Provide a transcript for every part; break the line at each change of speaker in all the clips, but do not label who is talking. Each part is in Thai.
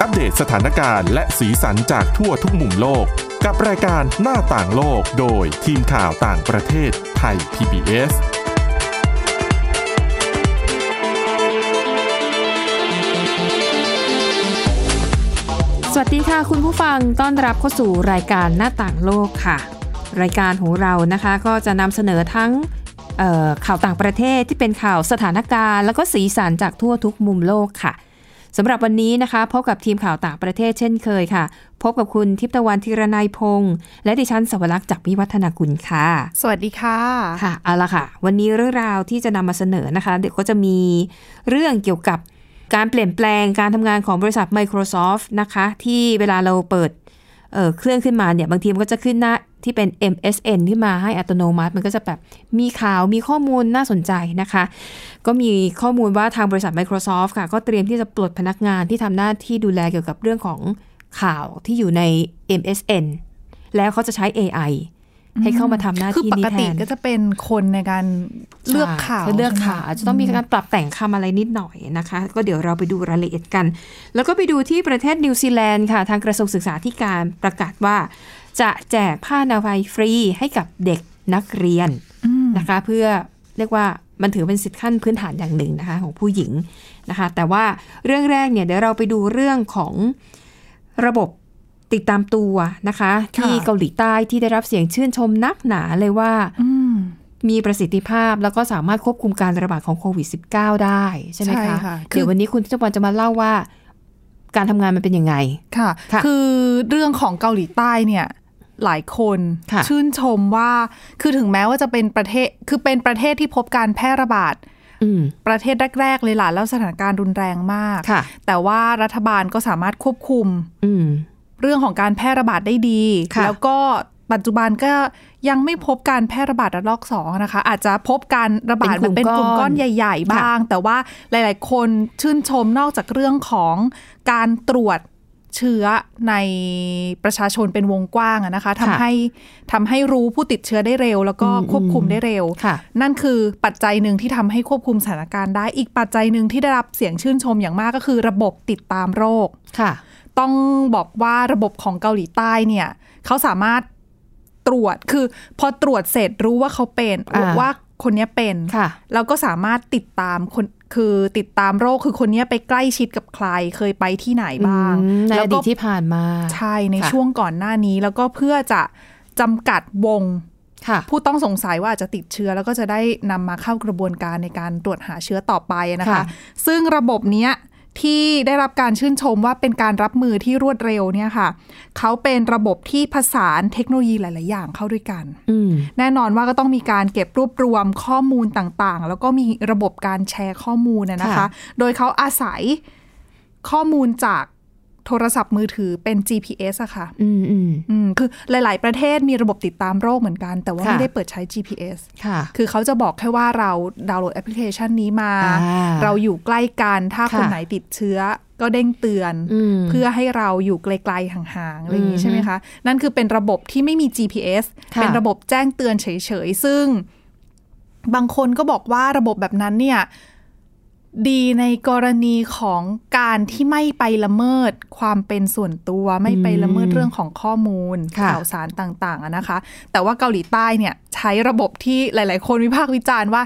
อัปเดตสถานการณ์และสีสันจากทั่วทุกมุมโลก กับรายการหน้าต่างโลกโดยทีมข่าวต่างประเทศไทย PBS
สวัสดีค่ะคุณผู้ฟังต้อนรับเข้าสู่รายการหน้าต่างโลกค่ะ รายการของเรานะคะก็จะนำเสนอทั้งเอ่อข่าวต่างประเทศที่เป็นข่าวสถานการณ์ แล้วก็สีสันจากทั่วทุกมุมโลกค่ะสำหรับวันนี้นะคะพบกับทีมข่าวต่างประเทศเช่นเคยค่ะ พบกับคุณทิพย์ตะวันธีรนัยพงษ์และดิฉันสวรักษ์จากวิวัฒนากุลค่ะ
สวัสดีค่ะ
ค่ะเอาละค่ะ วันนี้เรื่องราวที่จะนำมาเสนอนะคะ เดี๋ยวก็จะมีเรื่องเกี่ยวกับการเปลี่ยนแปลงการทำงานของบริษัท Microsoft นะคะ ที่เวลาเราเปิดเอ่อเครื่องขึ้นมาเนี่ย บางทีมันก็จะขึ้นหน้าที่เป็น MSN ขึ้นมาให้อัตโนมัติ มันก็จะแบบมีข่าวมีข้อมูลน่าสนใจนะคะ ก็มีข้อมูลว่าทางบริษัท Microsoft ค่ะ ก็เตรียมที่จะปลดพนักงานที่ทำหน้าที่ดูแลเกี่ยวกับเรื่องของข่าวที่อยู่ใน MSN แล้วเขาจะใช้ AI ให้เข้ามาทำหน้า
คือ
ที่
ป
นี้
ก
แท
ติ
น
ก็จะเป็นคนในการเลือกข่าว
ใช่เลือก
ใช่ไหม
ข่าวอาจจะต้องมีการปรับแต่งคำอะไรนิดหน่อยนะคะ ก็เดี๋ยวเราไปดูรายละเอียดกัน แล้วก็ไปดูที่ประเทศนิวซีแลนด์ค่ะ ทางกระทรวงศึกษาธิการประกาศว่า จะแจกผ้านามัยฟรีให้กับเด็กนักเรียน
อืม
นะคะ เพื่อเรียกว่ามันถือเป็นสิทธิขั้นพื้นฐานอย่างหนึ่งนะคะ ของผู้หญิงนะคะ แต่ว่าเรื่องแรกเนี่ยเดี๋ยวเราไปดูเรื่องของระบบติดตามตัวนะคะ ที่เกาหลีใต้ที่ได้รับเสียงชื่นชมนักหนาเลยว่า
อืม
มีประสิทธิภาพแล้วก็สามารถควบคุมการระบาดของโควิด -19 ได้ ใช่ไหมคะ
ค
เดี๋ยววันนี้คุณทิพวรรณจะมาเล่าว่า การทำงานมันเป็นยังไง
ค่ะ
ค่ะ
คือเรื่องของเกาหลีใต้เนี่ย หลายคน
ค่ะ
ชื่นชมว่า คือถึงแม้ว่าจะเป็นประเทศ คือเป็นประเทศที่พบการแพร่ระบาด
อืม
ประเทศแรก ๆ เลยล่ะ แล้วสถานการณ์รุนแรงมาก
ค่ะ
แต่ว่ารัฐบาลก็สามารถควบคุม
อืม
เรื่องของการแพร่ระบาดได้ดี
ค่ะ
แล้วก็ปัจจุบันก็ยังไม่พบการแพร่ระบาดระลอกสองนะคะ อาจจะพบการระบาดแบบ
เป็
เป็นน
ก
ก
ลุ่
ลุ่
ม
ม
ก้
ก้
อ
อนนใหญ่ ๆ
ค่ะ
บ้าง แต่ว่าหลายๆ คนชื่นชมนอกจากเรื่องของการตรวจเชื้อในประชาชนเป็นวงกว้างอะนะคะทำให้ทำให้รู้ผู้ติดเชื้อได้เร็ว แล้วก็ควบคุมได้เร็ว
ค่ะ
นั่นคือปัจจัยหนึ่งที่ทำให้ควบคุมสถานการณ์ได้ อีกปัจจัยหนึ่งที่ได้รับเสียงชื่นชมอย่างมากก็คือระบบติดตามโรค
ค่ะ
ต้องบอกว่าระบบของเกาหลีใต้เนี่ยเขาสามารถตรวจคือพอตรวจเสร็จรู้ว่าเขาเป็น
อ่า
ว่าคนเนี้ยเป็น
ค่ะ
แล้วก็สามารถติดตามคนคือติดตามโรคคือคนเนี้ยไปใกล้ชิดกับใคร เคยไปที่ไหนบ้าง
อืมใน
แล้
อ
ว
ดี
ก็
ตที่ผ่านมา
ใช่ใน
ค่ะ
ช่วงก่อนหน้านี้ แล้วก็เพื่อจะจำกัดวง
ค่ะ
ผู้ต้องสงสัยว่าอาจจะติดเชื้อ แล้วก็จะได้นำมาเข้ากระบวนการในการตรวจหาเชื้อต่อไปนะคะ
ค่ะ
ซึ่งระบบเนี้ยที่ได้รับการชื่นชมว่าเป็นการรับมือที่รวดเร็วเนี่ยค่ะเขาเป็นระบบที่ผสานเทคโนโลยีหลาย ๆ อย่างเข้าด้วยกัน
อืม
แน่นอนว่าก็ต้องมีการเก็บรวบรวมข้อมูลต่างๆ แล้วก็มีระบบการแชร์ข้อมูลนะนะคะ
ค่ะ
โดยเขาอาศัยข้อมูลจากโทรศัพท์มือถือเป็น GPS อะค่ะ
อืมอืม
อืมคือหลาย ๆ ประเทศมีระบบติดตามโรคเหมือนกัน แต่ว่า
ค่ะ
ไม่ได้เปิดใช้ GPS
ค่ะ
คือเขาจะบอกแค่ว่าเราดาวน์โหลดแอปพลิเคชันนี้มา
อ่า
เราอยู่ใกล้กัน ถ้า
ค่ะ
คนไหนติดเชื้อก็เด้งเตือน
ม
เพื่อให้เราอยู่ไกล ๆ ห่าง ๆ อะไรอย่าง
อื
นี้
ม
ใช่ไหมคะ นั่นคือเป็นระบบที่ไม่มี GPS
ค่ะ
เป็นระบบแจ้งเตือนเฉย ๆ ซึ่งบางคนก็บอกว่าระบบแบบนั้นเนี่ยดีในกรณีของการที่ไม่ไปละเมิดความเป็นส่วนตัว ไม่ไปละเมิดเรื่องของข้อมูล
ค่ะ
ข่าวสารต่างๆอะนะคะ แต่ว่าเกาหลีใต้เนี่ยใช้ระบบที่หลาย ๆ คนวิพากษ์วิจารณ์ว่า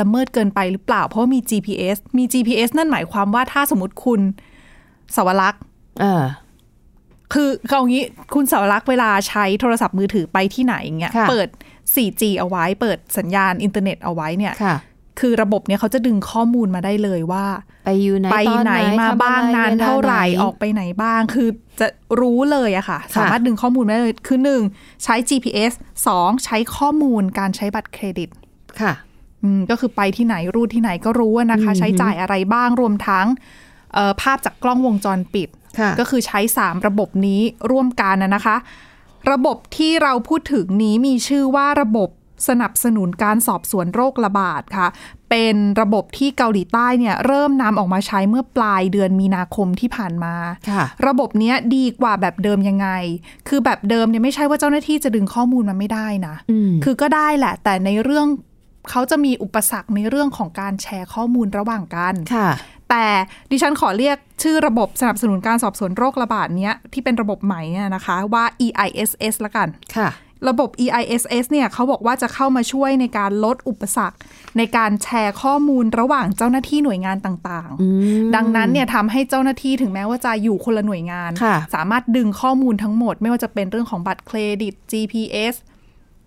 ละเมิดเกินไปหรือเปล่า เพราะว่ามี GPS มี GPS นั่นหมายความว่าถ้าสมมติคุณสวรักษ์
เออ
คือเอางี้คุณสาวรักษ์เวลาใช้โทรศัพท์มือถือไปที่ไหนอย่างเงี้ย
ค่ะ
เปิด 4G เอาไว้ เปิดสัญญาณอินเทอร์เน็ตเอาไว้เนี่ย
ค่ะ
คือระบบเนี่ยเขาจะดึงข้อมูลมาได้เลยว่า
ไปอยู่ไหน
ไป
ตอ
ไหนมา
ทำ
บ้าง
อะร
นาน
วล
เท่าไหร่ออกไปไหนบ้าง คือจะรู้เลยอะค่ะ
ค่ะ
สามารถดึงข้อมูลมาได้เลยคือหนึ่งใช้ GPS สองใช้ข้อมูลการใช้บัตรเครดิต
ค่ะ
อืมก็คือไปที่ไหนรูดที่ไหนก็รู้อะนะคะ ใช้จ่ายอะไรบ้างรวมทั้งเอ่อภาพจากกล้องวงจรปิด
ค่ะ
ก็คือใช้ 3 ระบบนี้ร่วมกันนะนะคะ ระบบที่เราพูดถึงนี้มีชื่อว่าระบบสนับสนุนการสอบสวนโรคระบาดค่ะ เป็นระบบที่เกาหลีใต้เนี่ยเริ่มนำออกมาใช้เมื่อปลายเดือนมีนาคมที่ผ่านมา
ค่ะ
ระบบเนี้ยดีกว่าแบบเดิมยังไง คือแบบเดิมเนี่ยไม่ใช่ว่าเจ้าหน้าที่จะดึงข้อมูลมาไม่ได้นะ
อืม
คือก็ได้แหละ แต่ในเรื่องเขาจะมีอุปสรรคในเรื่องของการแชร์ข้อมูลระหว่างกัน
ค่ะ
แ แต่ดิฉันขอเรียกชื่อระบบสนับสนุนการสอบสวนโรคระบาดเนี้ยที่เป็นระบบใหม่เนี่ยนะคะว่า EISS ละกัน
ค่ะ
ระบบ EISS เนี่ยเขาบอกว่าจะเข้ามาช่วยในการลดอุปสรรค ในการแชร์ข้อมูลระหว่างเจ้าหน้าที่หน่วยงานต่างๆ ดังนั้นเนี่ยทำให้เจ้าหน้าที่ถึงแม้ว่าจะอยู่คนละหน่วยงาน
ค่ะ
สามารถดึงข้อมูลทั้งหมด ไม่ว่าจะเป็นเรื่องของบัตรเครดิต GPS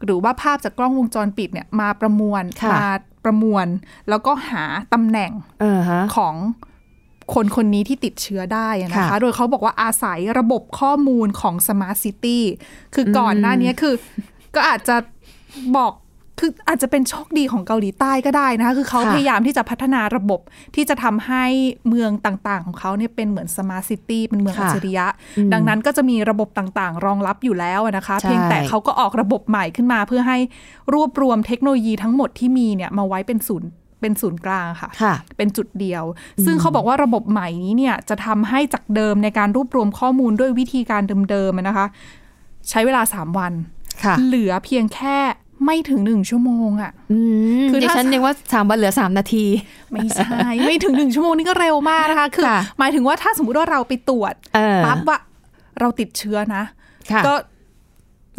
หรือว่าภาพจากกล้องวงจรปิดเนี่ยมาประมวล
ค่ะ
มาประมวล แล้วก็หาตำแหน่ง
เออฮะ
ของคนคนนี้ที่ติดเชื้อได้อะนะคะ
ค่ะ
โดยเขาบอกว่าอาศัยระบบข้อมูลของ Smart City คือก่อนหน้านี้คือ ก็อาจจะบอกคืออาจจะเป็นโชคดีของเกาหลีใต้ก็ได้นะคะ คือเขาพยายามที่จะพัฒนาระบบที่จะทำให้เมืองต่างๆ ของเขาเนี่ยเป็นเหมือน Smart City เป็นเมืองอัจฉริยะ ดังนั้นก็จะมีระบบต่างๆ รองรับอยู่แล้วอะนะคะ
ใช่
เพียงแต่เขาก็ออกระบบใหม่ขึ้นมา เพื่อให้รวบรวมเทคโนโลยีทั้งหมดที่มีเนี่ยมาไว้เป็นศูนย์เป็นศูนย์กลางค่ะ
ค่ะ
เป็นจุดเดียว ซึ่งเขาบอกว่าระบบใหม่นี้เนี่ยจะทำให้จากเดิมในการรวบรวมข้อมูลด้วยวิธีการเดิมๆอะนะคะ ใช้เวลา 3 วัน
ค่ะ
เหลือเพียงแค่ไม่ถึงหนึ่งชั่วโมงอะ
อืม
คือ
ดิ
ถ้า
ฉันนึกว่าสามวันเหลือสามนาที
ไม่ใช่ ไม่ถึงหนึ่งชั่วโมงนี่ก็เร็วมากนะคะ คือ
ค่ะ
หมายถึงว่าถ้าสมมุติว่าเราไปตรวจ
เออ
ปั๊บว่าเราติดเชื้อนะ
ค่ะ
ก็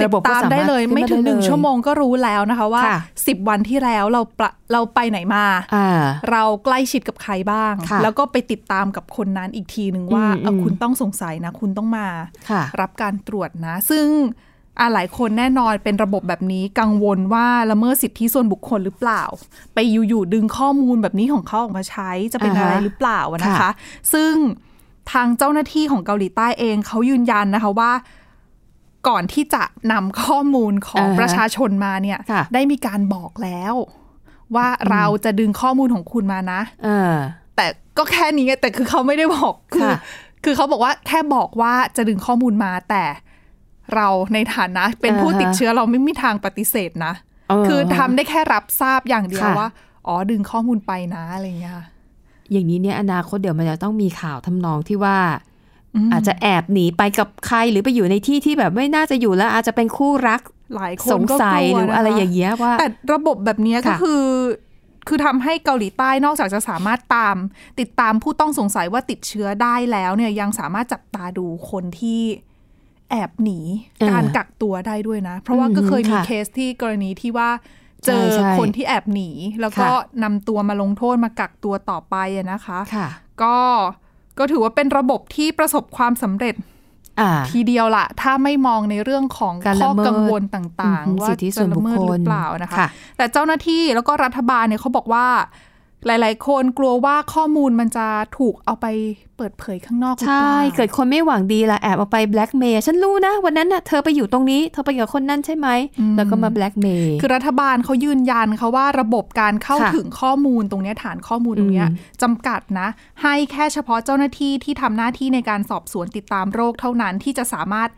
ติ
ระบบ
ด
ก็
ตาม
สามารถ
ได้เลยไม่ถึงหนึ่ง
ขึ้นมาได้เลย
ชั่วโมงก็รู้แล้วนะคะว่า
ค่ะ
สิบวันที่แล้วเราประเราไปไหนมา
อ่า
เราใกล้ชิดกับใครบ้าง
ค่ะ
แล้วก็ไปติดตามกับคนนั้นอีกทีหนึ่งว่า
อืม
เอ่อ
อืม
คุณต้องสงสัยนะ คุณต้องมา
ค่ะ
รับการตรวจนะ ซึ่งอะหลายคนแน่นอนเป็นระบบแบบนี้กังวลว่าละเมิดสิทธิส่วนบุคคลหรือเปล่า ไปอยู่ๆดึงข้อมูลแบบนี้ของเขาออกมาใช้จะเป็นอะไร
อ่าฮะ
หรือเปล่าอะนะคะ
ค่ะ
ซึ่งทางเจ้าหน้าที่ของเกาหลีใต้เองเขายืนยันนะคะว่า ก่อนที่จะนำข้อมูลของ
อ่าฮะ
ประชาชนมาเนี่ย
ค่ะ
ได้มีการบอกแล้ว ว่าเราจะดึงข้อมูลของคุณมานะ
เออ
แต่ก็แค่นี้ไงแต่คือเขาไม่ได้บอกคือ
ค่ะ
คือเขาบอกว่าแค่บอกว่าจะดึงข้อมูลมาแต่เราในฐานะ เป็นผู้ติดเชื้อเราไม่มีทางปฏิเสธนะ
เ
คือทำได้แค่รับทราบอย่างเดียว
ค่ะ
ว่า อ๋อดึงข้อมูลไปนะอะไรเงี้ย
อย่างนี้เนี่ยอนาคตเดี๋ยวมันจะต้องมีข่าวทำนองที่ว่า อาจจะแอบหนีไปกับใครหรือไปอยู่ในที่ที่แบบไม่น่าจะอยู่แล้ว อาจจะเป็นคู่รัก
หลายค
ส
น
ง
ก็
สั
ก
ย
ลัว
หรือ
นะคะ
อะไรอย่างเงี้ยว่า
แต่ระบบแบบเนี้ยก็
ค่ะ
คือ คือทำให้เกาหลีใต้นอกจากจะสามารถตาม ติดตามผู้ต้องสงสัยว่าติดเชื้อได้แล้วเนี่ยยังสามารถจับตาดูคนที่แอบหนี
เออ
การกักตัวได้ด้วยนะ เพราะว่าก็เคยมี
ค่ะ
เคสที่กรณีที่ว่าเจอ
ใช่ใช่
คนที่แอบหนี แล้วก็
ค่ะ
นำตัวมาลงโทษมากักตัวต่อไปอะนะคะ
ค่ะ
ก็ก็ถือว่าเป็นระบบที่ประสบความสำเร็จ
อ่า
ทีเดียวละถ้าไม่มองในเรื่องของ
การ
ข้อ
ละเมิด
กังวลต่าง
อืม
ๆ ว่า
สิทธิ
จะ
ส่วน
ละ
บุค
เมิด
ค
หรื
ล
อเปล่านะคะ แต่เจ้าหน้าที่แล้วก็รัฐบาลเนี่ยเขาบอกว่า หลาย ๆ คนกลัวว่าข้อมูลมันจะถูกเอาไปเปิดเผยข้างนอกหรือ
ใช่
เปล่า
เกิดคนไม่หวังดีล่ะแอบเอาไปแบล็กเมย์ฉันรู้นะ วันนั้นน่ะเธอไปอยู่ตรงนี้ เธอไปกับคนนั่นใช่ไหม แล้วก็มาแบล็กเมย์
คือรัฐบาลเขายืนยันเขาว่าระบบการเข้า
ค่ะ
ถึงข้อมูลตรงเนี้ยฐานข้อมูลตรงเนี้ย
อืม
จำกัดนะ ให้แค่เฉพาะเจ้าหน้าที่ที่ทำหน้าที่ในการสอบสวนติดตามโรคเท่านั้นที่จะสามารถ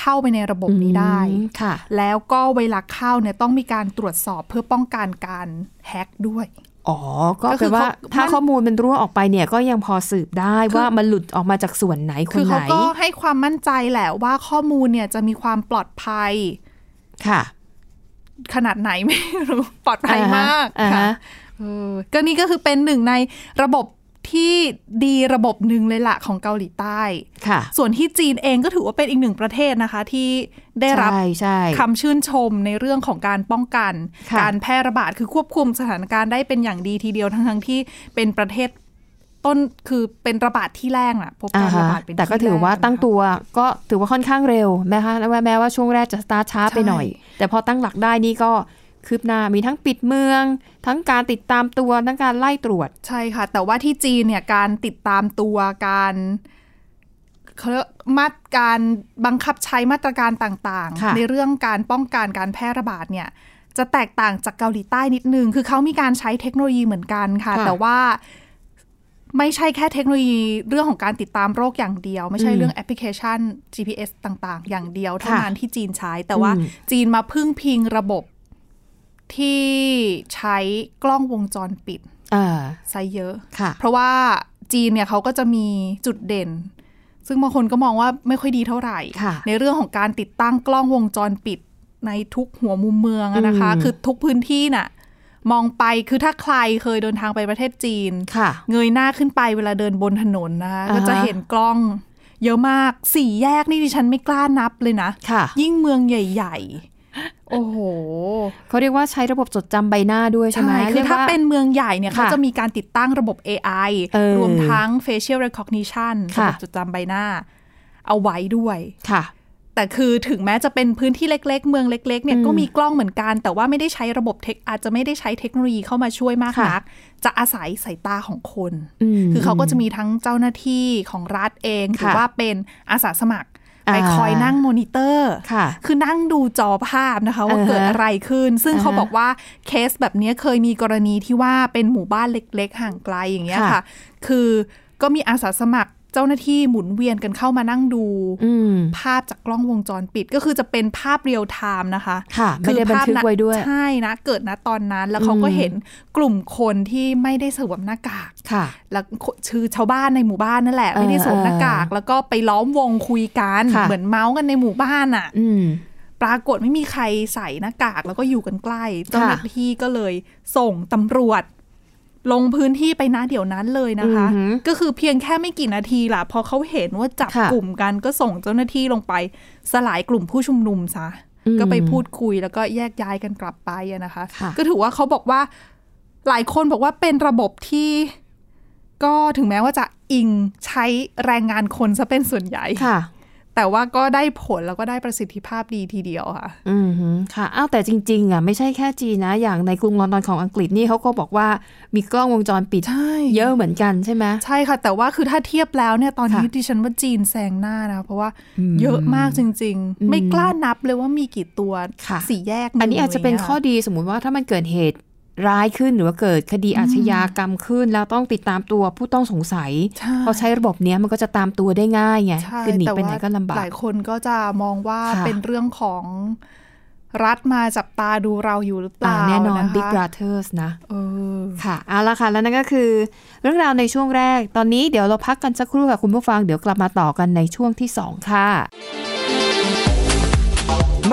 เข้าไปในระบบนี้ได้
ค่ะ
แล้วก็เวลาเข้าเนี่ยต้องมีการตรวจสอบเพื่อป้องกันการแฮ็กด้วย
อ๋อ ก็
ก็คื
แปล
อ
ว่า
เขา
ถ้า
มัน
ข้อมูลมันรั่วออกไปเนี่ยก็ยังพอสืบได้
คือ
ว่ามันหลุดออกมาจากส่วนไหนค
คื
น
อ
ไห
เขา
น
ก็ให้ความมั่นใจแหละว่าข้อมูลเนี่ยจะมีความปลอดภัย
ค่ะ
ขนาดไหน ไม่รู้ ปลอดภัยมาก
อ่าฮะ
ค่ะเออก็นี่ก็คือเป็นหนึ่งในระบบที่ดีระบบหนึ่งเลยละของเกาหลีใต้
ค่ะ
ส่วนที่จีนเองก็ถือว่าเป็นอีกหนึ่งประเทศนะคะ ที่ได้รับ
ใช่ใช่
คำชื่นชมในเรื่องของการป้องกัน
ค่ะ
การแพร่ระบาดคือควบคุมสถานการณ์ได้เป็นอย่างดีทีเดียวทั้งทั้งๆที่เป็นประเทศต้นคือเป็นระบาดที่แรกน่ะพบ
อ่า
การ
ฮะ
ระบาดเป็น
แต่ก็
ที่
ถือว่า
แรนะคะ
ตั้งตัวก็ถือว่าค่อนข้างเร็วแม้คะแม้แม้ว่าช่วงแรกจะสตาร์ทช้าไปหน่อย แต่พอตั้งหลักได้นี่ก็คืบหน้ามีทั้งปิดเมือง ทั้งการติดตามตัวทั้งการไล่ตรวจ
ใช่ค่ะ แต่ว่าที่จีนเนี่ยการติดตามตัวการเขาเรียกมาตรการบังคับใช้มาตรการต่าง
ค่ะ
ๆ ในเรื่องการป้องกันการแพร่ระบาดเนี่ย จะแตกต่างจากเกาหลีใต้นิดนึง คือเขามีการใช้เทคโนโลยีเหมือนกันค่ะ
ค่ะ
แต่ว่าไม่ใช่แค่เทคโนโลยีเรื่องของการติดตามโรคอย่างเดียว ไม่ใช่
อืม
เรื่องแอปพลิเคชัน GPS ต่างๆ อย่างเดียวเท่า
ค่ะ
นั้นที่จีนใช้ แต่ว่า
อืม
จีนมาพึ่งพิงระบบที่ใช้กล้องวงจรปิด
อ่า
ไซส์เยอะ
ค่ะ
เพราะว่าจีนเนี่ยเขาก็จะมีจุดเด่น ซึ่งบางคนก็มองว่าไม่ค่อยดีเท่าไหร่
ค่ะ
ในเรื่องของการติดตั้งกล้องวงจรปิดในทุกหัวมุมเมืองอะนะคะ
อืม
คือทุกพื้นที่น่ะ มองไปคือถ้าใครเคยเดินทางไปประเทศจีน
ค่ะ
เงยหน้าขึ้นไปเวลาเดินบนถนนนะคะ
อ่าฮะ
ก็จะเห็นกล้อง เยอะมากสี่แยกนี่ดิฉันไม่กล้านับเลยนะ
ค่ะ
ยิ่งเมืองใหญ่ ๆ โอ้โห
เขาเรียกว่าใช้ระบบจดจำใบหน้าด้วยใช่ไหม
คือ
เรียก
ถ้า
ว่
เป็นเมืองใหญ่เนี่ย
ค่ะ
เขาจะมีการติดตั้งระบบ AI
เออ
รวมทั้ง facial recognition ระ
ค่ะ
บบจดจำใบหน้า เอาไว้ด้วย
ค่ะ
แต่คือถึงแม้จะเป็นพื้นที่เล็ก ๆ เมืองเล็ก ๆ เนี่ย
อืม
ก็มีกล้องเหมือนกัน แต่ว่าไม่ได้ใช้ระบบเทคอาจจะไม่ได้ใช้เทคโนโลยีเข้ามาช่วยมาก
ค่ะ
นัก จะอาศัยสายตาของคน
ม
คือเขาก็จะมีทั้งเจ้าหน้าที่ของรัฐเองหรือ
ค่ะ
ว่าเป็นอาสาสมัคร ไป
อ่า
คอยนั่งมอนิเตอร์
ค่ะ
คือนั่งดูจอภาพนะคะว่า
อ่าฮะ
เกิดอะไรขึ้น ซึ่ง
อ่าฮะ
เขาบอกว่าเคสแบบเนี้ยเคยมีกรณีที่ว่าเป็นหมู่บ้านเล็กๆ ห่างไกลอย่างเงี้ย
ค่ะ
ค่ะ คือก็มีอาสาสมัครเจ้าหน้าที่หมุนเวียนกันเข้ามานั่งดู
อืม
ภาพจากกล้องวงจรปิดก็คือจะเป็นภาพเรียลไทม์นะคะ
ค่ะไม่ได้บันทึกไว้ด้วย
ใช่นะ เกิดนะตอนนั้นแล้วเขาก็
อืม
เห็นกลุ่มคนที่ไม่ได้สวมหน้ากาก
ค่ะ
แล้วชื่อชาวบ้านในหมู่บ้านนั่นแหละ
เออ
ไม่ได้สวมหน้ากาก แล้วก็ไปล้อมวงคุยกัน
ค่ะ
เหมือนเมาส์กันในหมู่บ้านอ่ะ
อืม
ปรากฏไม่มีใครใส่หน้ากากแล้วก็อยู่กันใกล้เจ้าหน้า
ค่ะ
ที่ก็เลยส่งตำรวจ ลงพื้นที่ไปนะเดี๋ยวนั้นเลยนะคะ
อือหือ
ก็คือเพียงแค่ไม่กี่นาทีล่ะ พอเขาเห็นว่าจับ
ค่ะ
กลุ่มกันก็ส่งเจ้าหน้าที่ลงไป สลายกลุ่มผู้ชุมนุมซะ
อืม
ก็ไปพูดคุยแล้วก็แยกย้ายกันกลับไปอะนะคะ
ค่ะ
ก็ถือว่าเขาบอกว่าหลายคนบอกว่าเป็นระบบที่ ก็ถึงแม้ว่าจะอิงใช้แรงงานคนซะเป็นส่วนใหญ่
ค่ะ
แต่ว่าก็ได้ผลแล้วก็ได้ประสิทธิภาพดีทีเดียวค่ะ
อืมฮึค่ะ อ้าว แต่จริง ๆ อ่ะ ไม่ใช่แค่จีนนะ อย่างในกรุงลอนดอนของอังกฤษนี่เขาก็บอกว่ามีกล้องวงจรปิด
ใช่
เยอะเหมือนกันใช่ไหม
ใช่ค่ะ แต่ว่าคือถ้าเทียบแล้วเนี่ยตอนนี้
ค่ะ
ดิฉันว่าจีนแซงหน้านะ เพราะว่าเยอะมากจริง
อืม
ๆ ไม่กล้านับเลยว่ามีกี่ตัว
ค่ะ
สี่แยก
อันนี้อาจจะเป็นข้อ
หง
ดีสมมุติว่าถ้ามันเกิดเหตุร้ายขึ้นหรือว่าเกิดคดีอาชญากรรมขึ้น แล้วต้องติดตามตัวผู้ต้องสงสัย
ใช่
พอใช้ระบบเนี้ยมันก็จะตามตัวได้ง่ายไง
ใช่
คือหนี
แต่
ไปไหน
ว่า
ก็ลำบา
ห
ก
ลายคนก็จะมองว่า
ค่ะ
เป็นเรื่องของรัฐมาจับตาดูเราอยู่หรือเป
อ่า
ล่า
แน่นอน
ะคะ
Big Brothers นะ
เออ
ค่ะเอาละค่ะ แล้วนั่นก็คือ เรื่องราวในช่วงแรก ตอนนี้เดี๋ยวเราพักกันสักครู่ค่ะ คุณผู้ฟัง เดี๋ยวกลับมาต่อกันในช่วงที่ 2 ค่ะ
ห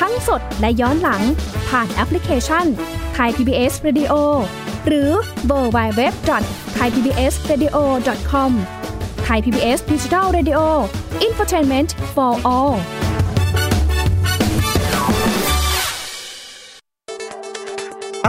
ทั้งสดและย้อนหลัง ผ่านแอปพลิเคชันไทย PBS Radio หรือเวอร์ไบเว็บจอดไทยพีบีเอสเรดิโอคอมไทยพีบีเอสดิจิทัลเรดิโออินฟอร์ทนเมนต์ for all
อ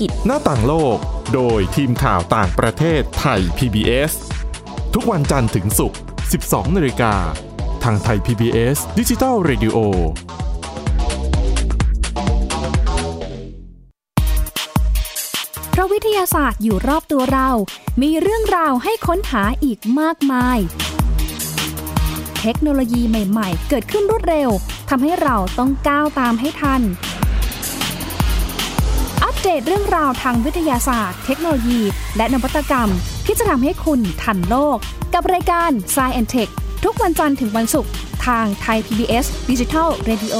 กิจ
หน้าต่างโลกโดยทีมข่าวต่างประเทศไทย PBS ทุกวันจันทร์ถึงศุกร์ 12นาฬิกา ทางไทย PBS ดิจิทัล Radio
เพราะวิทยาศาสตร์อยู่รอบตัวเรา มีเรื่องราวให้ค้นหาอีกมากมาย เทคโนโลยีใหม่ ๆ เกิดขึ้นรวดเร็ว ทำให้เราต้องก้าวตามให้ทัน อัปเดตเรื่องราวทางวิทยาศาสตร์ เทคโนโลยี และนวัตกรรม ที่จะทำให้คุณทันโลก กับรายการ s c i e n t e c h ทุกวันจันทร์ถึงวันศุกร์ ทางไทย PBS Digital Radio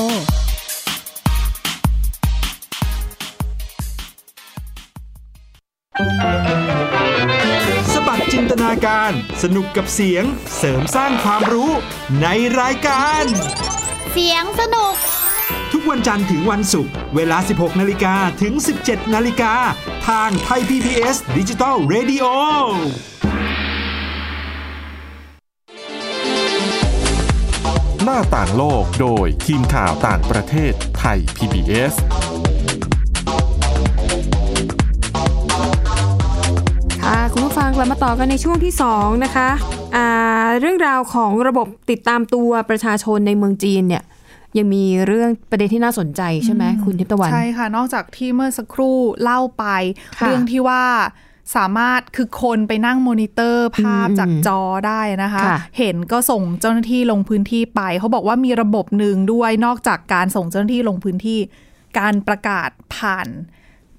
สบัดจินตนาการ สนุกกับเสียง เสริมสร้างความรู้ในรายการ
เสียงสนุก
ทุกวันจันทร์ถึงวันศุกร์เวลา 16 นาฬิกาถึง 17 นาฬิกา ทางไทย PPS ดิจิตอล Radio
หน้าต่างโลกโดยทีมข่าวต่างประเทศไทย PBS
ค่ะคุณผู้ฟัง กลับมาต่อกันในช่วงที่ 2 นะคะอ่าเรื่องราวของระบบติดตามตัวประชาชนในเมืองจีนเนี่ยยังมีเรื่องประเด็นที่น่าสนใจใช่ไหมคุณทิพย์ตะวัน
ใช่ค่ะ นอกจากที่เมื่อสักครู่เล่าไป
ค่ะ
เรื่องที่ว่าสามารถคือคนไปนั่งมอนิเตอร์ภาพ
อืม
จากจอได้นะคะ
ค่ะ
เห็นก็ส่งเจ้าหน้าที่ลงพื้นที่ไป เขาบอกว่ามีระบบหนึ่งด้วยนอกจากการส่งเจ้าหน้าที่ลงพื้นที่ การประกาศผ่าน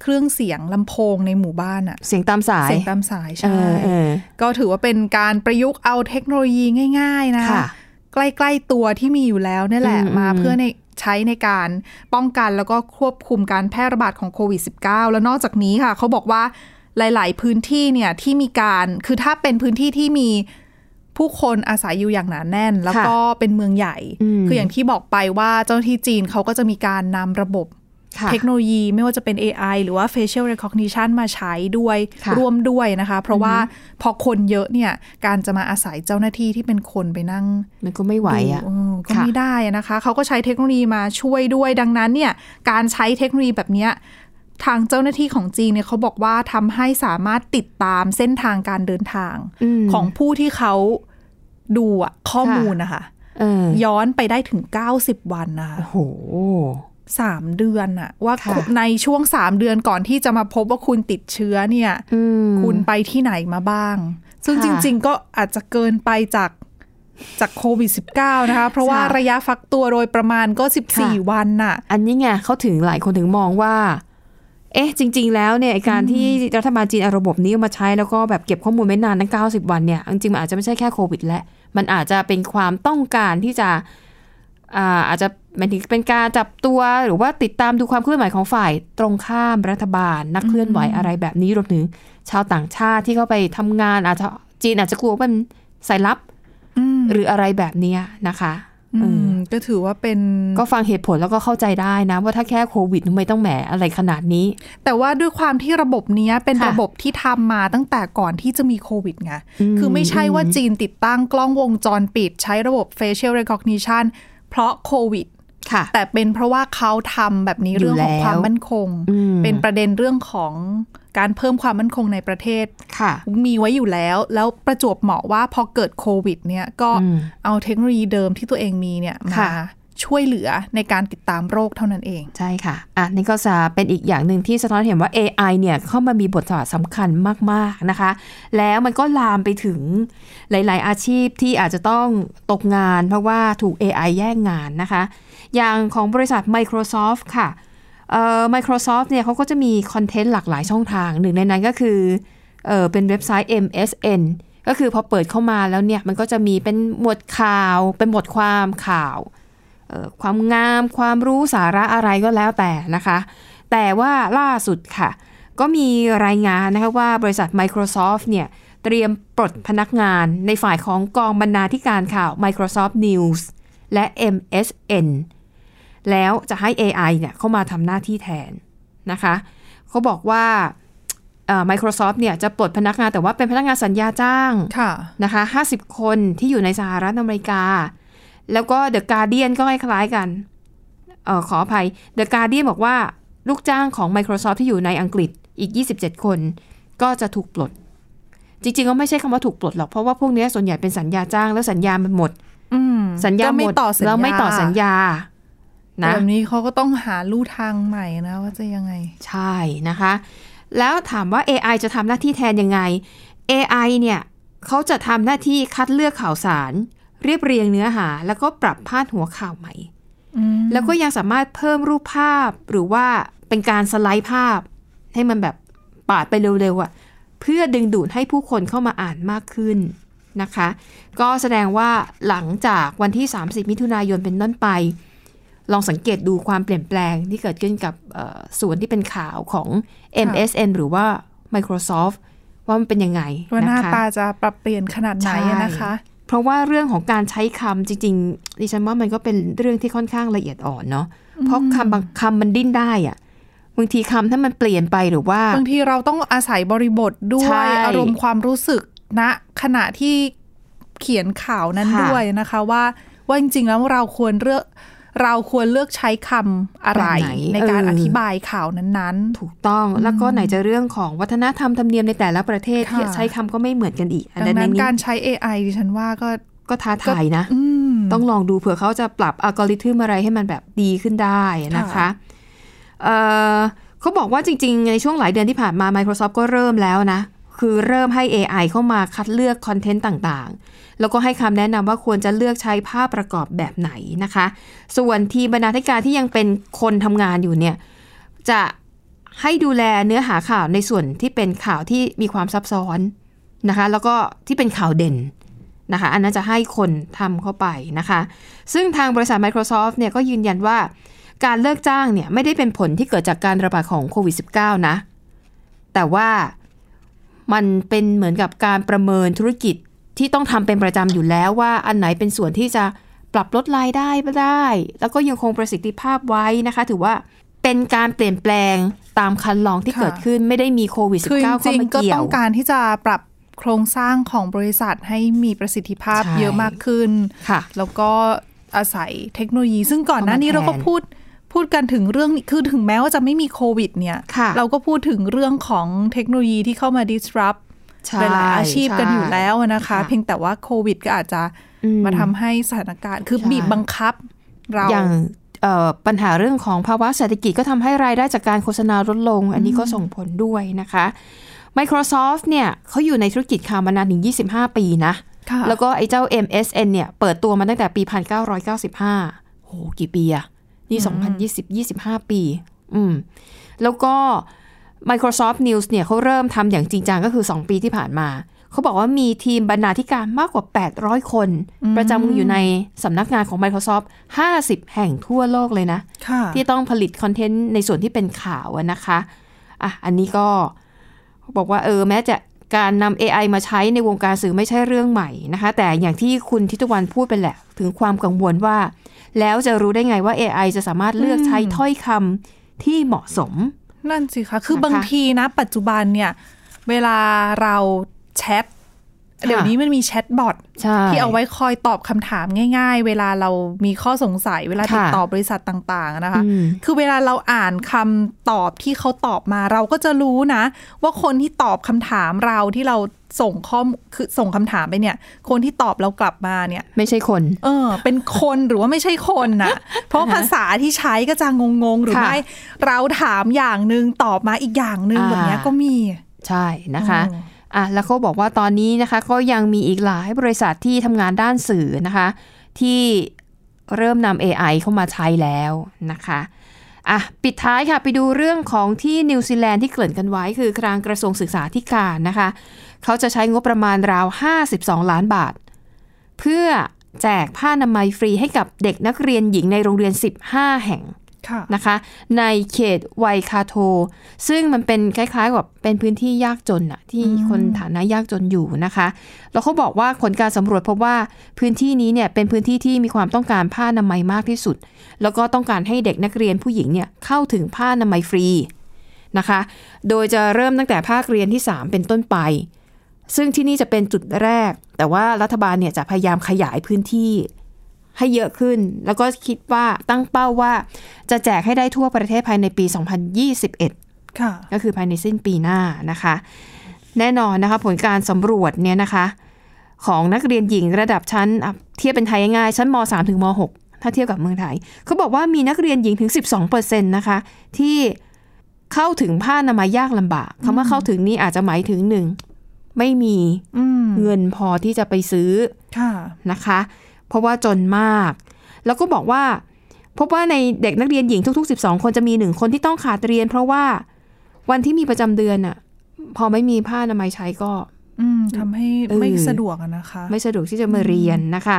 เครื่องเสียงลำโพงในหมู่บ้านอะ
เสียงตามสาย
เสียงตามสาย
เอ
ใช่
อเออ
ก็ถือว่าเป็นการประยุกต์เอาเทคโนโลยีง่าย ๆ นะ
ค่ะ
ใกล้ ๆ ตัวที่มีอยู่แล้วเนี่ยแหละ
อืม
มา
อืม
เพื่อในใช้ในการป้องกันแล้วก็ควบคุมการแพร่ระบาดของโควิด -19 แล้วนอกจากนี้ค่ะ เขาบอกว่าหลาย ๆ พื้นที่เนี่ยที่มีการคือถ้าเป็นพื้นที่ที่มีผู้คนอาศัยอยู่อย่างหนาแน่น แล้วก็เป็นเมืองใหญ่ คืออย่างที่บอกไปว่าเจ้าหน้าที่จีนเขาก็จะมีการนำระบบ
ค่ะ
เทคโนโลยีไม่ว่าจะเป็น AI หรือว่า facial recognition มาใช้ด้วย
ค่ะ
ร่วมด้วยนะคะ เพราะว่าพอคนเยอะเนี่ย การจะมาอาศัยเจ้าหน้าที่ที่เป็นคนไปนั่ง
มันก็ไม่ไหวอ่ะ
ดูเอก็
ค่ะ
ไม่ได้นะคะ เขาก็ใช้เทคโนโลยีมาช่วยด้วย ดังนั้นเนี่ยการใช้เทคโนโลยีแบบเนี้ยทางเจ้าหน้าที่ของจีนเนี่ยเขาบอกว่าทำให้สามารถติดตามเส้นทางการเดินทาง
ม
ของผู้ที่เขาดูอะข้อ
ค่ะ
มูลนะคะ
เออ
ย้อนไปได้ถึง 90 วันนะคะ
โอ้โห
สามเดือนน่ะว่า
ค่ะ
ในช่วงสามเดือนก่อนที่จะมาพบว่าคุณติดเชื้อเนี่ย
อืม
คุณไปที่ไหนมาบ้าง ซึ่ง
ค่ะ
จริง ๆ ก็อาจจะเกินไปจากจากโควิด -19 นะคะ เพราะว่า
ค่ะ
ระยะฟักตัวโดยประมาณก็
ค่ะ
14 วันน่ะ
อันนี้ไงเขาถึงหลายคนถึงมองว่า เอ๊ะ จริง ๆ แล้วเนี่ยไอ้การที่รัฐบาลจีนเอาระบบนี้มาใช้แล้วก็แบบเก็บข้อมูลไม่นานนั้ง90 วันเนี่ย จริงๆ มันอาจจะไม่ใช่แค่โควิดและ มันอาจจะเป็นความต้องการที่จะอ่าอาจจะหมายถึงเป็นการจับตัวหรือว่าติดตามดูความเคลื่อนไหวของฝ่ายตรงข้ามรัฐบาล นักเคลื่อนไหวอะไรแบบนี้รวมถึงชาวต่างชาติที่เข้าไปทำงานอาจจะจีนอาจจะกลัวว่ามันสายลับ
อืม
หรืออะไรแบบเนี้ยนะคะเอ
อื
อ
มก็ถือว่าเป็น
ก็ฟังเหตุผลแล้วก็เข้าใจได้นะ ว่าถ้าแค่โควิดทำไมต้องแหมอะไรขนาดนี้
แต่ว่าด้วยความที่ระบบเนี้ยเป็น
ค่ะ
ระบบที่ทำมาตั้งแต่ก่อนที่จะมีโควิดไง
อืม
คือไม่ใช่ว่าจีนติดตั้งกล้องวงจรปิด ใช้ระบบ facial recognition เพราะโควิด
ค่ะ
แต่เป็นเพราะว่าเขาทำแบบนี้
อยู่
เรื่องของความ
แล้ว
มั่นคง
อืม
เป็นประเด็นเรื่องของการเพิ่มความมั่นคงในประเทศ
ค่ะ
มีไว้อยู่แล้ว แล้วประจวบเหมาะว่าพอเกิดโควิดเนี่ยก็
อืม
เอาเทคโนโลยีเดิมที่ตัวเองมีเนี่ยมา
ค่ะ
ช่วยเหลือในการติดตามโรคเท่านั้นเอง
ใช่ค่ะ อ่ะ นี่ก็จะเป็นอีกอย่างหนึ่งที่สะท้อนเห็นว่า AI เนี่ยเข้ามามีบทบาทสำคัญมาก ๆ นะคะ แล้วมันก็ลามไปถึงหลาย ๆ อาชีพที่อาจจะต้องตกงาน เพราะว่าถูก AI แย่งงานนะคะ อย่างของบริษัท Microsoft ค่ะ เอ่อ Microsoft เนี่ยเขาก็จะมีคอนเทนต์หลากหลายช่องทาง หนึ่งในนั้นก็คือ เอ่อ เป็นเว็บไซต์ MSN ก็คือพอเปิดเข้ามาแล้วเนี่ย มันก็จะมีเป็นหมวดข่าว เป็นบทความข่าว เอ่อความงามความรู้สาระอะไรก็แล้วแต่นะคะ แต่ว่าล่าสุดค่ะ ก็มีรายงานนะคะว่าบริษัท Microsoft เนี่ย เตรียมปลดพนักงานในฝ่ายของกองบรรณาธิการข่าว Microsoft News และ MSN แล้วจะให้ AI เนี่ยเข้ามาทำหน้าที่แทนนะคะ เขาบอกว่าเอ่อ Microsoft เนี่ยจะปลดพนักงานแต่ว่าเป็นพนักงานสัญญาจ้าง
ค่ะ
นะคะ50 คนที่อยู่ในสหรัฐอเมริกา แล้วก็เดอะการ์เดียนก็คล้ายๆกันเออขออภัยเดอะการ์เดียนบอกว่าลูกจ้างของ Microsoft ที่อยู่ในอังกฤษอีก 27 คน ก็จะถูกปลด จริงๆ ก็ไม่ใช่คำว่าถูกปลดหรอก เพราะว่าพวกเนี้ยส่วนใหญ่เป็นสัญญาจ้างแล้วสัญญามันหมด
อืม
สัญญา
ก็
หม
ไม่
ด
ต่อสัญญา
แล้วไม่ต่อสัญญานะ
แบบนี้เขาก็ต้องหาลู่ทางใหม่นะว่าจะยังไง
ใช่นะคะ แล้วถามว่า AI จะทำหน้าที่แทนยังไง AI เนี่ยเขาจะทำหน้าที่คัดเลือกข่าวสาร เรียบเรียงเนื้อหา แล้วก็ปรับพาดหัวข่าวใหม่ แล้วก็ยังสามารถเพิ่มรูปภาพหรือว่าเป็นการสไลด์ภาพ ให้มันแบบปาดไปเร็วๆอะ่ะเพื่อดึงดูดให้ผู้คนเข้ามาอ่านมากขึ้นนะคะ ก็แสดงว่าหลังจากวันที่ 30 มิถุนายนเป็นต้นไป ลองสังเกตดูความเปลี่ยนแปลงที่เกิดขึ้นกับเอ่อส่วนที่เป็นข่าวของ MSN หรือว่า Microsoft ว่ามันเป็นยังไง
ว่าหน้า
คะ
ตาจะปรับเปลี่ยนขนาดไหนอะนะคะ
เพราะว่าเรื่องของการใช้คำจริงๆดิฉันว่ามันก็เป็นเรื่องที่ค่อนข้างละเอียดอ่อนเนาะเพราะคำบางคำมันดิ้นได้อะบางทีคำถ้ามันเปลี่ยนไปหรือว่า
บางทีเราต้องอาศัยบริบทด้ว
ใช่
ย อารมณ์ความรู้สึกณขณะที่เขียนข่าวนั้น
ค่ะ
ด้วยนะคะ ว่าว่าจริงๆแล้วเราควรเลือก เราควรเลือกใช้คำอะไร
แบบไหน
ในการ
เออ
อ
อ
ธิบายข่าวนั้นๆ
ถูกต้องแล้วก็ไหนจะเรื่องของวัฒนธรรมธรรมเนียมในแต่ละประเทศ
ค่ะ
ที่ใช้คำก็ไม่เหมือนกันอีกอัน
ดังนั้
นั้น น
การใช้ AI ดิฉันว่าก็
ก็ท้าทายนะ
อืม
ต้องลองดูเผื่อเขาจะปรับอัลกอริทึมอะไรให้มันแบบดีขึ้นได้นะคะ
ค่ะ
เอ่อเขาบอกว่าจริง ๆ ในช่วงหลายเดือนที่ผ่านมา Microsoft ก็เริ่มแล้วนะ คือเริ่มให้ AI เข้ามาคัดเลือกคอนเทนต์ต่างๆ แล้วก็ให้คำแนะนำว่าควรจะเลือกใช้ภาพประกอบแบบไหนนะคะ ส่วนทีมบรรณาธิการที่ยังเป็นคนทำงานอยู่เนี่ย จะให้ดูแลเนื้อหาข่าวในส่วนที่เป็นข่าวที่มีความซับซ้อนนะคะ แล้วก็ที่เป็นข่าวเด่นนะคะ อันนั้นจะให้คนทำเข้าไปนะคะ ซึ่งทางบริษัท Microsoft เนี่ยก็ยืนยันว่า การเลิกจ้างเนี่ยไม่ได้เป็นผลที่เกิดจากการระบาดของโควิด -19 นะ แต่ว่ามันเป็นเหมือนกับการประเมินธุรกิจที่ต้องทำเป็นประจำอยู่แล้วว่าอันไหนเป็นส่วนที่จะปรับลดรายได้ไม่ได้ แล้วก็ยังคงประสิทธิภาพไว้นะคะ ถือว่าเป็นการเปลี่ยนแปลงตามคันลองที่
ค่ะ
เกิดขึ้นไม่ได้มีโควิด
คือ
-19
จ
เข้า
ริง
มา
ๆก็
เกี่ย
ต้อ
ว
งการที่จะปรับโครงสร้างของบริษัทให้มีประสิทธิภาพ
ใช่
เยอะมากขึ้น
ค่ะ
แล้วก็อาศัยเทคโนโลยี ซึ่งก่อนหน้านี้
เข้า
เรา
มาแทน
ก็พูดพูดกันถึงเรื่องนี้คือถึงแม้ว่าจะไม่มีโควิดเนี่ย
ค่ะ
เราก็พูดถึงเรื่องของเทคโนโลยีที่เข้ามา disrupt
ใช่
หลายๆอาชีพกันอยู่
ใช่
แล้วนะคะ
ค่ะ
เพียงแต่ว่าโควิดก็อาจจะ
อืม
มาทำให้สถานการณ์ คือ
ใช่
บีบบังคับเรา
อย่างเอ่อปัญหาเรื่องของภาวะเศรษฐกิจก็ทำให้รายได้จากการโฆษณาลดลง อันนี้ก็ส่งผลด้วยนะคะ Microsoft เนี่ยเขาอยู่ในธุรกิจข่าวมานานถึง 25 ปีนะ
ค่ะ
แล้วก็ไอ้เจ้า MSN เนี่ยเปิดตัวมาตั้งแต่ปี 1995 โห กี่ปีอะนี่ 2020 25 ปี อืม แล้วก็ Microsoft News เนี่ยเขาเริ่มทำอย่างจริงจังก็คือ 2 ปีที่ผ่านมา เขาบอกว่ามีทีมบรรณาธิการมากกว่า 800 คน ประจำอยู่ในสำนักงานของ Microsoft 50 แห่งทั่วโลกเลยนะ
ค่ะ
ที่ต้องผลิตคอนเทนต์ในส่วนที่เป็นข่าวอะนะคะ อ่ะ อันนี้ก็บอกว่าเออแม้จะการนำ AI มาใช้ในวงการสื่อไม่ใช่เรื่องใหม่นะคะ แต่อย่างที่คุณทิตวันพูดไปแหละ ถึงความกังวลว่า แล้วจะรู้ได้ไงว่า AI จะสามารถเลือกใช้ถ้อยคำที่เหมาะสม
นั่นสิคะ คือ
นะคะ
บางทีนะปัจจุบันเนี่ย เวลาเราแชท
ะ
เดี๋ยวนี้มันมีแชทบอท
ใช่
ที่เอาไว้คอยตอบคำถามง่าย ๆ เวลาเรามีข้อสงสัย เวลาติด
ค่ะ
ต่อบริษัทต่างๆนะคะ
อืม
คือเวลาเราอ่านคำตอบที่เขาตอบมาเราก็จะรู้นะ ว่าคนที่ตอบคำถามเราที่เราส่งข้อมคือส่งคำถามไปเนี่ย คนที่ตอบเรากลับมาเนี่ย
ไม่ใช่คน
เออ เป็นคนหรือว่าไม่ใช่คนนะ เพราะภาษาที่ใช้ก็จะงงๆ หรือ
ค่ะ
ไม่เราถามอย่างหนึ่งตอบมาอีกอย่างหนึ่ง
อ่า
แบบเนี้ยก็มี
ใช่นะคะ
เออ
อ่ะแล้วเขาบอกว่าตอนนี้นะคะก็ยังมีอีกหลายบริษัทที่ทำงานด้านสื่อนะคะ ที่เริ่มนำ AI เข้ามาใช้แล้วนะคะอ่ะปิดท้ายค่ะไปดูเรื่องของที่นิวซีแลนด์ที่เกริ่นกันไว้คือทางกระทรวงศึกษาธิการนะคะ เขาจะใช้งบประมาณราว 52 ล้านบาท เพื่อแจกผ้าอนามัยฟรีให้กับเด็กนักเรียนหญิงในโรงเรียน 15 แห่ง
ค่ะ
นะคะในเขตไวคาโท ซึ่งมันเป็นคล้ายๆกับเป็นพื้นที่ยากจนอะที่คนฐานะยากจนอยู่นะคะ แล้วเขาบอกว่าผลการสำรวจพบว่าพื้นที่นี้เนี่ยเป็นพื้นที่ที่มีความต้องการผ้าอนามัยมากที่สุด แล้วก็ต้องการให้เด็กนักเรียนผู้หญิงเนี่ยเข้าถึงผ้าอนามัยฟรีนะคะ โดยจะเริ่มตั้งแต่ภาคเรียนที่ 3 เป็นต้นไป ซึ่งที่นี่จะเป็นจุดแรก แต่ว่ารัฐบาลเนี่ยจะพยายามขยายพื้นที่ ให้เยอะขึ้น แล้วก็คิดว่าตั้งเป้าว่าจะแจกให้ได้ทั่วประเทศภายในปี 2021
ค่ะ
ก็คือภายในสิ้นปีหน้านะคะ แน่นอนนะคะ ผลการสำรวจเนี่ยนะคะ ของนักเรียนหญิงระดับชั้นอ่ะเทียบเป็นไทยง่ายๆชั้นม .3 ถึงม .6 ถ้าเทียบกับเมืองไทย เขาบอกว่ามีนักเรียนหญิงถึง 12%นะคะ ที่เข้าถึงผ้าอนามัยยากลำบากคำว่าเข้าถึงนี้อาจจะหมายถึงหนึ่งไม่มี
อืม
เงินพอที่จะไปซื้อ
ค่ะ
นะคะ เพราะว่าจนมาก แล้วก็บอกว่า พบว่าในเด็กนักเรียนหญิงทุก ๆ 12 คนจะมีหนึ่งคนที่ต้องขาดเรียน เพราะว่าวันที่มีประจำเดือนอะพอไม่มีผ้าอนามัยใช้ก็
อืมทำให้
เออ
ไม่สะดวกอะนะคะ
ไม่สะดวกที่จะมาเรียนนะคะ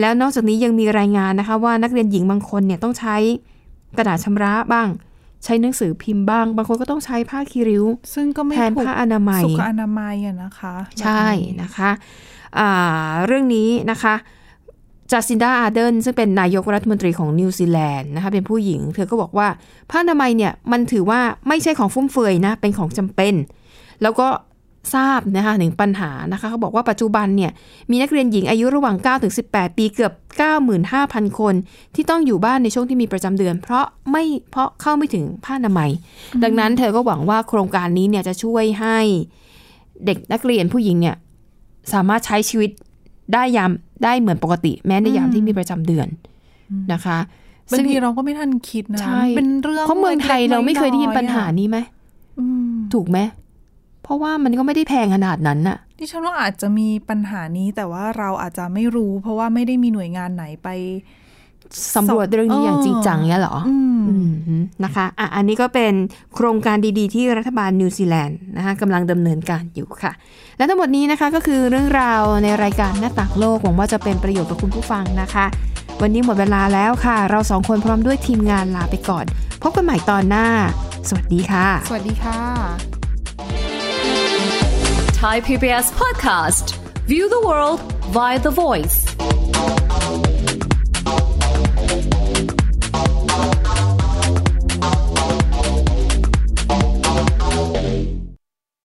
แล้วนอกจากนี้ยังมีรายงานนะคะว่านักเรียนหญิงบางคนเนี่ยต้องใช้กระดาษชำระบ้าง ใช้หนังสือพิมพ์บ้าง บางคนก็ต้องใช้ผ้าคีริ้ว
ซึ่งก็ไม่
แทน
ถูก
ผ้าอนามัย
สุขอนามัยอะนะคะ
ใช่นะคะอ่าเรื่องนี้นะคะจัสินดาอาเดนซึ่งเป็นนายกรัฐมนตรีของนิวซีแลนด์นะคะเป็นผู้หญิง เธอก็บอกว่าผ้าอนามัยเนี่ยมันถือว่าไม่ใช่ของฟุ่มเฟือยนะ เป็นของจำเป็น แล้วก็ ทราบนะคะถึงปัญหานะคะเขาบอกว่าปัจจุบันเนี่ยมีนักเรียนหญิงอายุระหว่าง 9-18 ปีเกือบ 95,000 คน ที่ต้องอยู่บ้านในช่วงที่มีประจำเดือน เพราะไม่เพราะเข้าไม่ถึงผ้าอนามัย ดังนั้นเธอก็หวังว่าโครงการนี้เนี่ยจะช่วยให้เด็กนักเรียนผู้หญิงเนี่ยสามารถใช้ชีวิตได้ยามได้เหมือนปกติ แม้ในยามที่มีประจำเดือนนะคะ
บางทีเราก็ไม่ทันคิดนะ
ใช่
เป็นเรื่อง
เพราะเมืองไทยเราไม่เคยได้ยินปัญหานี้ไหม
อืม
ถูกไหม เพราะว่ามันก็ไม่ได้แพงขนาดนั้นน่ะ
ดิฉันว่าอาจจะมีปัญหานี้แต่ว่าเราอาจจะไม่รู้ เพราะว่าไม่ได้มีหน่วยงานไหนไป
สำรวจเรื่องนี้อย่างจริงจังเนี่ยเหรออ
ม
อืมนะคะอ่ะอันนี้ก็เป็นโครงการดีๆ ที่รัฐบาลนิวซีแลนด์นะคะกำลังดำเนินการอยู่ค่ะ และทั้งหมดนี้นะคะก็คือเรื่องราวในรายการหน้าต่างโลก หวังว่าจะเป็นประโยชน์กับคุณผู้ฟังนะคะ วันนี้หมดเวลาแล้วค่ะ เราสองคนพร้อมด้วยทีมงานลาไปก่อน พบกันใหม่ตอนหน้า สวัสดีค่ะ
สวัสดีค่ะ
Thai PBS podcast. View the world via the voice.